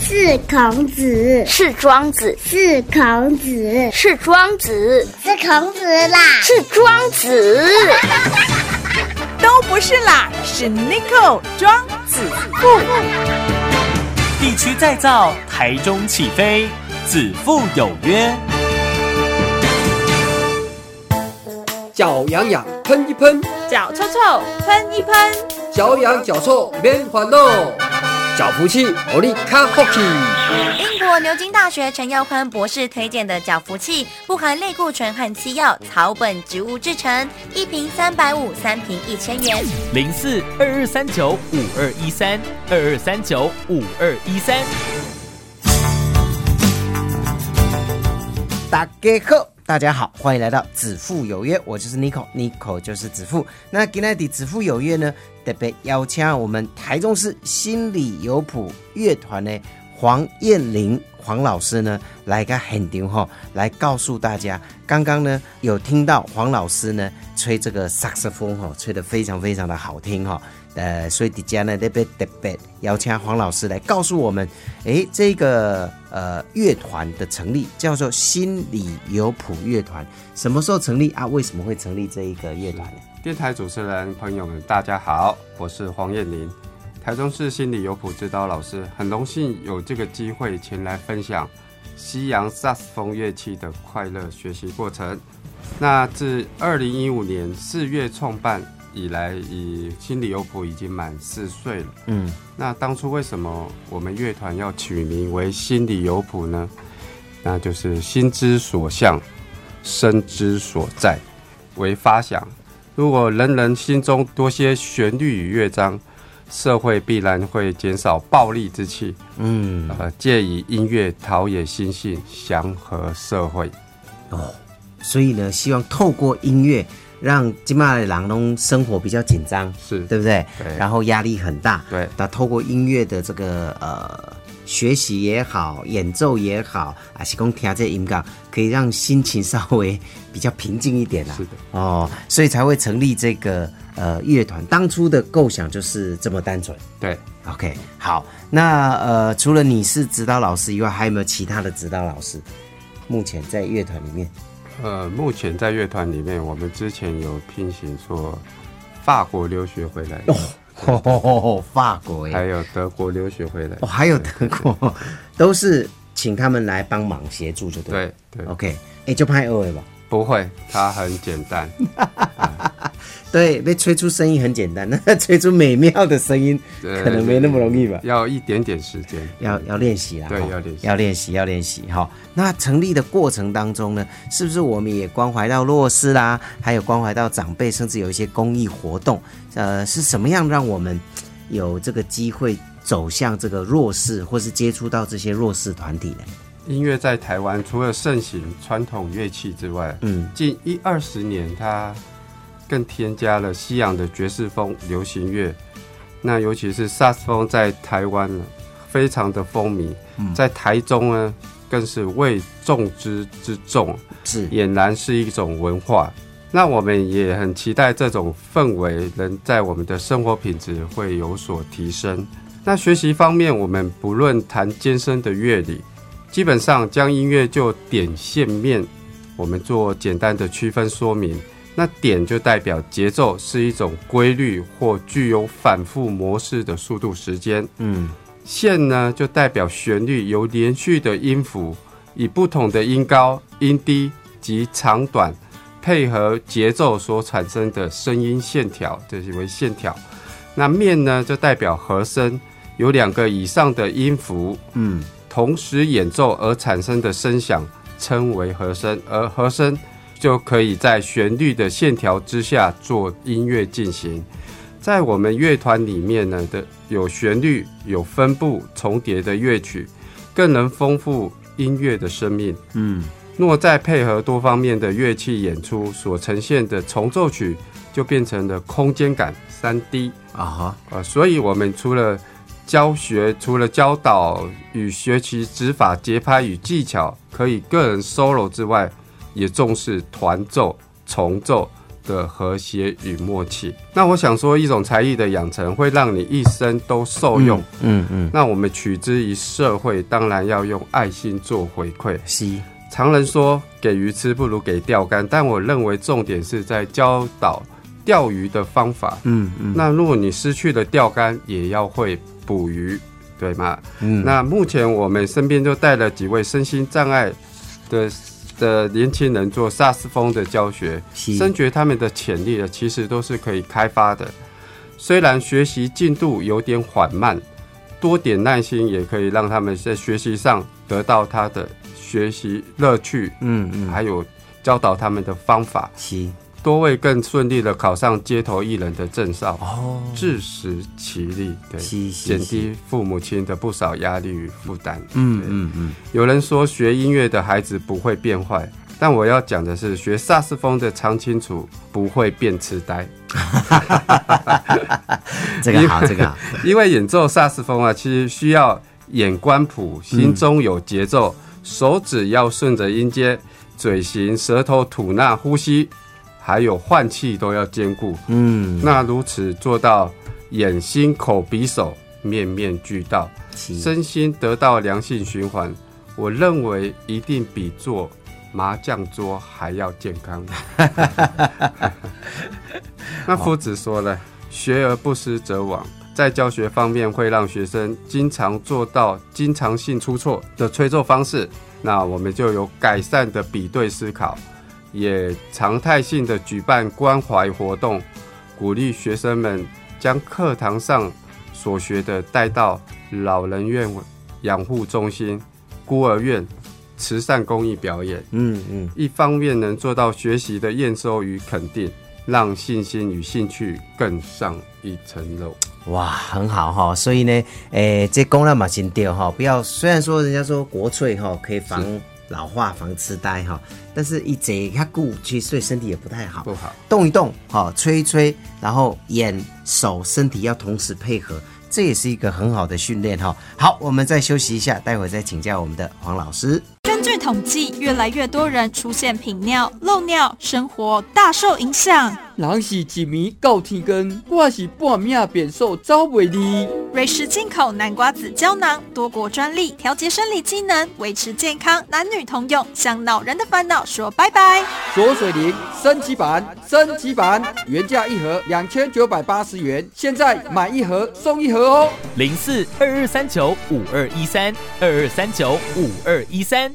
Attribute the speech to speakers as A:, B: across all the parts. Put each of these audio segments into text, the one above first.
A: 是孔子，
B: 是庄子，
A: 是孔子，
B: 是庄子，
A: 是孔子啦，
B: 是庄子。
C: 都不是啦，是 Nico 庄子富。
D: 地区再造，台中起飞，子父有约。
E: 脚痒痒，喷一喷；
C: 脚臭臭，喷一喷。
E: 脚痒脚臭免烦恼，脚福气，我力卡福气。
F: 英国牛津大学陈耀宽博士推荐的脚福气，不含类固醇和西药，草本植物制成，一瓶三百五，三瓶一千元。
D: 零四二二三九五二一三二二三九五二一三。
G: 打给客。大家好，欢迎来到子父有约，我就是 Nico，Nico 就是子父。那今天的子父有约呢，特别邀请我们台中市心理有谱乐团的黄燕玲黄老师呢，来个很牛哈，来告诉大家，刚刚呢有听到黄老师呢吹这个萨克斯风哈，吹得非常非常的好听哈。呃，所以底下呢特别特别邀请黄老师来告诉我们，诶，这个呃乐团的成立叫做心理有谱乐团，什么时候成立啊？为什么会成立这一个乐团呢？
H: 电台主持人朋友们，大家好，我是黄燕玲，台中市心理有谱指导老师，很荣幸有这个机会前来分享西洋萨克斯风乐器的快乐学习过程。那自二零一五年四月创办以来，以心理有谱已经满四岁了。
G: 嗯，
H: 那当初为什么我们乐团要取名为心理有谱呢？那就是心之所向，身之所在，为发想。如果人人心中多些旋律与乐章，社会必然会减少暴力之气。
G: 嗯，
H: 呃，借以音乐陶冶心性，祥和社会。
G: 所以呢，希望透过音乐让金马的郎东生活比较紧张，
H: 是
G: 对不对？
H: 对
G: 然后压力很大，
H: 对
G: 那透过音乐的这个呃学习也好，演奏也好，啊，是讲听这音乐，可以让心情稍微比较平静一点啦、
H: 是的，
G: 哦，所以才会成立这个呃乐团。当初的构想就是这么单纯。
H: 对，
G: OK，好，那呃，除了你是指导老师以外，还有没有其他的指导老师？目前在乐团里面，
H: 呃，目前在乐团里面，我们之前有聘请说法国留学回来，
G: 哦，法国耶
H: 还有德国留学回来
G: 哦，。还有德国，都是请他们来帮忙协助，就对了。
H: 对对，
G: OK，哎、就拍二位吧。
H: 不会，它很简单。
G: 对，被吹出声音很简单，那吹出美妙的声音
H: 对
G: 可能没那么容易吧。
H: 呃要一点点时间。
G: 要要练习啦，
H: 对
G: 哈
H: 要练习
G: 要练习，要练习。好，那成立的过程当中呢，是不是我们也关怀到弱势啦，还有关怀到长辈，甚至有一些公益活动？呃，是什么样让我们嘖有这个机会走向这个弱势，或是接触到这些弱势团体呢？
H: 音乐在台湾除了盛行传统乐器之外，
G: 嗯，
H: 近一二十年，它更添加了西洋的爵士风、流行乐。那尤其是萨克斯风在台湾呢，非常的风靡，在台中呢，更是为众之之众，
G: 是，
H: 俨然是一种文化。那我们也很期待这种氛围能在我们的生活品质会有所提升。那学习方面，我们不论谈艰深的乐理，基本上将音乐就点线面，我们做简单的区分说明。那点就代表节奏是一种规律或具有反复模式的速度时间，
G: 嗯，
H: 线呢就代表旋律由连续的音符以不同的音高、音低及长短配合节奏所产生的声音线条，这是为线条。那面呢就代表和声，有两个以上的音符，
G: 嗯，
H: 同时演奏而产生的声响称为和声，而和声就可以在旋律的线条之下做音乐进行。在我们乐团里面呢的有旋律、有分布、重叠的乐曲，更能丰富音乐的生命。嗯，若再配合多方面的乐器演出，所呈现的重奏曲就变成了空间感三 D。
G: 啊哈，
H: 呃，所以我们除了教学，除了教导与学习指法、节拍与技巧，可以个人 solo 之外，也重视团奏、重奏、的和谐与默契。那我想说，一种才艺的养成会让你一生都受用。
G: 嗯嗯，
H: 那我们取之于社会，当然要用爱心做回馈。
G: 是，
H: 常人说给鱼吃不如给钓竿，但我认为重点是在教导钓鱼的方法。
G: 嗯嗯
H: 那如果你失去了钓竿，也要会捕鱼，对吗？
G: 嗯，
H: 那目前我们身边就带了几位身心障碍的的年轻人做萨斯风的教学，
G: 是
H: 深觉他们的潜力呢，其实都是可以开发的。虽然学习进度有点缓慢，多点耐心也可以让他们在学习上得到他的学习乐趣，
G: 嗯嗯，
H: 还有教导他们的方法，
G: 是
H: 多位更顺利的考上街头艺人的证照。
G: 哦，
H: 自食其力，对，
G: 是是
H: 减
G: 是
H: 低父母亲的不少压力与负担。
G: 嗯
H: 对
G: 嗯嗯，
H: 有人说学音乐的孩子不会变坏，但我要讲的是，学萨斯风的常青树不会变痴 呆，
G: 这个好，这个好，
H: 因为演奏萨斯风啊，其实需要眼观谱，心中有节奏，手指要顺着音阶，嘴型、舌头吐纳、呼吸，还有换气都要兼顾。
G: 嗯，
H: 那如此做到眼、心、口、鼻、手面面俱到，
G: 是
H: 身心得到良性循环，我认为一定比做麻将桌还要健康。那夫子说了：“学而不思则罔。”在教学方面，会让学生经常做到经常性出错的吹奏方式，那我们就有改善的比对思考，也常态性的举办关怀活动，鼓励学生们将课堂上所学的带到老人院、养护中心、孤儿院、慈善公益表演。
G: 嗯嗯
H: 一方面能做到学习的验收与肯定，让信心与兴趣更上一层楼。
G: 哇，很好哈、所以呢，诶、这公了嘛先掉哈，不要。虽然说人家说国粹哈、可以防老化、防痴呆哈、但是一坐它固，其实对身体也不太好。
H: 不好，
G: 动一动，好、吹一吹，然后眼、手、身体要同时配合，这也是一个很好的训练哈、好，我们再休息一下，待会再请教我们的黄老师。
I: 根据统计，越来越多人出现频尿、漏尿，生活大受影响。
J: 人是一暝到天光，我是半命变数走袂离。
I: 瑞士进口南瓜子胶囊，多国专利，调节生理机能，维持健康，男女通用，向老人的烦恼说拜拜。
J: 左水灵升级版，升级版原价一盒两千九百八十元，现在买一盒送一盒哦。
D: 零四二二三九五二一三二二三九五二一三。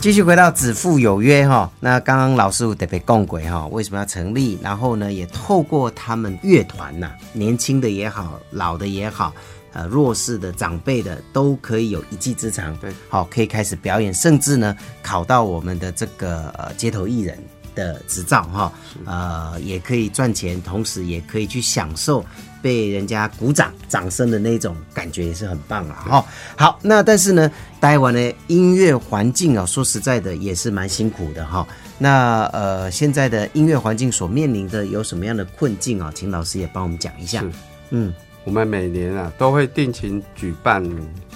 G: 继续回到子父有约哈，那刚刚老师有特别共轨哈，为什么要成立？然后呢，也透过他们乐团呐、年轻的也好，老的也好，呃，弱势的、长辈的都可以有一技之长，
H: 对，
G: 好，可以开始表演，甚至呢，考到我们的这个呃街头艺人的执照哈，呃，也可以赚钱，同时也可以去享受被人家鼓掌、掌声的那种感觉，也是很棒了啊哈、好，那但是呢，台湾的音乐环境啊、说实在的也是蛮辛苦的哈、那呃，现在的音乐环境所面临的有什么样的困境啊、请老师也帮我们讲一下
H: 是。
G: 嗯
H: 我们每年啊都会定期举办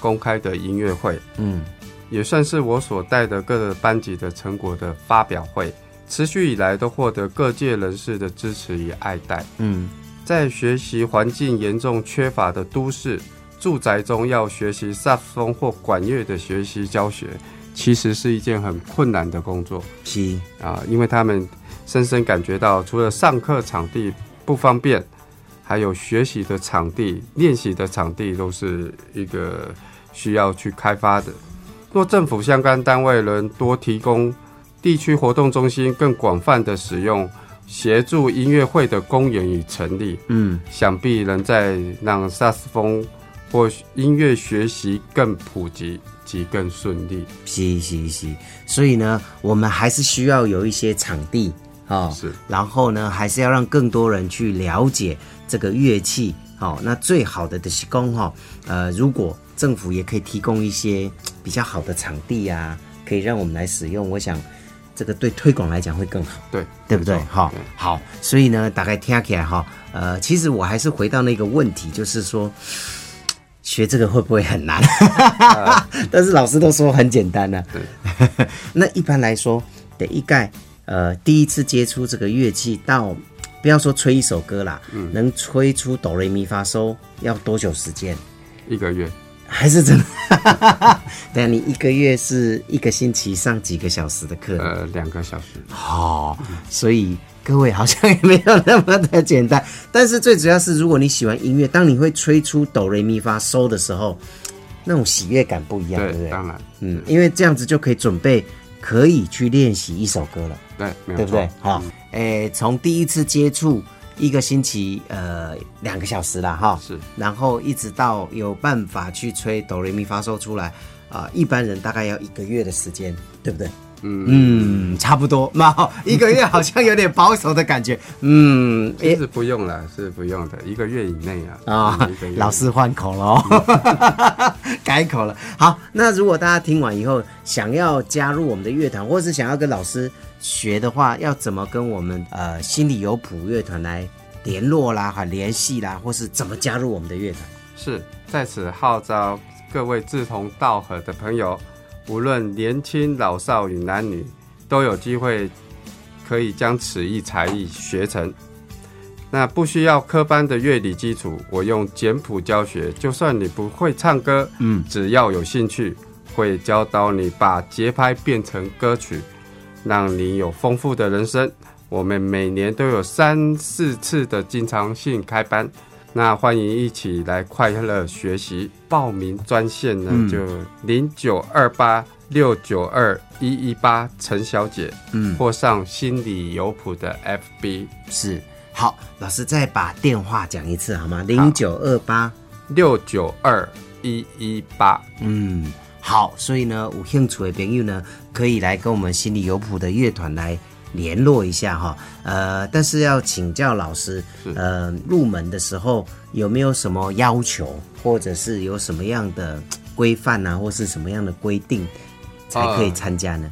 H: 公开的音乐会，
G: 嗯，
H: 也算是我所带的各个班级的成果的发表会。持续以来都获得各界人士的支持与爱戴。
G: 嗯，
H: 在学习环境严重缺乏的都市住宅中，要学习萨克斯风或管乐的学习教学，其实是一件很困难的工作。
G: 是，
H: 啊，因为他们深深感觉到，除了上课场地不方便，还有学习的场地、练习的场地都是一个需要去开发的。若政府相关单位能多提供地区活动中心更广泛的使用，协助音乐会的公园与成立，
G: 嗯
H: 想必能在让萨斯风或音乐学习更普及及更顺利。
G: 是是是，所以呢，我们还是需要有一些场地哦，
H: 是，
G: 然后呢，还是要让更多人去了解这个乐器。哦，那最好的的是工哈，呃，如果政府也可以提供一些嘖比较好的场地啊，可以让我们来使用，我想这个对推广来讲会更好。
H: 对，
G: 对不对
H: 没？错
G: 哈
H: 对，
G: 好，所以呢，大概听起来哈，呃，其实我还是回到那个问题，就是说， 学这个会不会很 难？但是老师都说很简单呢、
H: 呃
G: 啊
H: 对
G: 那一般来说，的一概呃第一次接触这个乐器到不要说吹一首歌啦，
H: 嗯
G: 能吹出哆来咪发嗦要多久时间？
H: 一个月，
G: 还是真的？ 对啊，你一个月是一个星期上几个小时的课？
H: 呃，两个小时。
G: 好，所以各位好像也没有那么的简单。但是最主要是，如果你喜欢音乐，当你会吹出哆来咪发嗦的时候，那种喜悦感不一样，对不
H: 对，
G: 对？
H: 当然，
G: 嗯，因为这样子就可以准备，可以去练习一首歌了，
H: 对，没有
G: 对不对
H: 错？嗯
G: 好，诶、从第一次接触一个星期，呃，两个小时啦，哈，
H: 是，
G: 然后一直到有办法去吹哆来咪发嗦出来，啊、一般人大概要一个月的时间，对不对？嗯嗯，差不多嘛，哈一个月好像有点保守的感觉，嗯，诶
H: 其实不用了，是不用的，一个月以内啊。
G: 啊、
H: 嗯一个月以内
G: 老师换口了、哦， 改口了。好，那如果大家听完以后想要加入我们的乐团，或是想要跟老师学的话，要怎么跟我们呃心里有谱乐团来联络啦、哈联系啦，或是怎么加入我们的乐团？
H: 是在此号召各位志同道合的朋友，无论年轻老少与男女，都有机会可以将此一才艺学成。那不需要科班的乐理基础，我用简谱教学，就算你不会唱歌，嗯，只要有兴趣，会教导你把节拍变成歌曲，让你有丰富的人生。我们每年都有三四次的经常性开班，那欢迎一起来快乐学习。报名专线呢，
G: 嗯
H: 就零九二八六九二一一八陈小姐，嗯，或上心理有谱的 FB
G: 是好，老师再把电话讲一次好吗？零九二八
H: 六九二一一八。
G: 嗯，好，所以呢，有兴趣的朋友呢，可以来跟我们心里有谱的乐团来联络一下哈。呃，但是要请教老师，呃，入门的时候有没有什么要求，或者是有什么样的规范啊，或是什么样的规定才可以参加
H: 啊
G: 呢？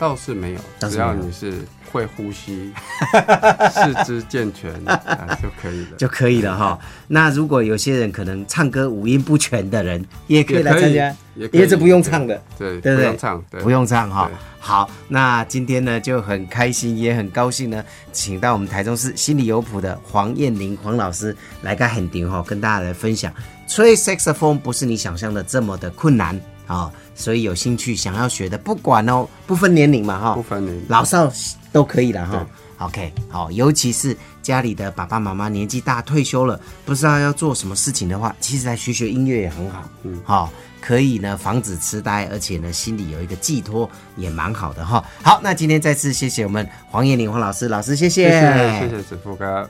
H: 倒是没有，
G: 倒是
H: 只
G: 没有
H: 要你是会呼吸、 四肢健全啊就可以了，
G: 就可以了 哈。那如果有些人可能唱歌五音不全的人，也可以来参加，
H: 也可
G: 因
H: 以
G: 为这不用唱的，
H: 对
G: 对
H: 不
G: 对
H: 用唱，对
G: 不用唱哈
H: 对。
G: 好，那今天呢就很开心，也很高兴呢，请到我们台中市心理有谱的黄燕玲黄老师来个很顶哈，跟大家来分享吹 saxophone 不是你想象的这么的困难啊、所以有兴趣想要学的，不管哦，不分年龄嘛哈，
H: 不分年龄
G: 老少都可以了哈。OK，好，尤其是家里的爸爸妈妈年纪大退休了，不知道要做什么事情的话，其实来学学音乐也很好，嗯，好、可以呢防止痴呆，而且呢心里有一个寄托也蛮好的哈、好，那今天再次谢谢我们黄燕玲黄老师，老师谢
H: 谢谢谢谢子富哥。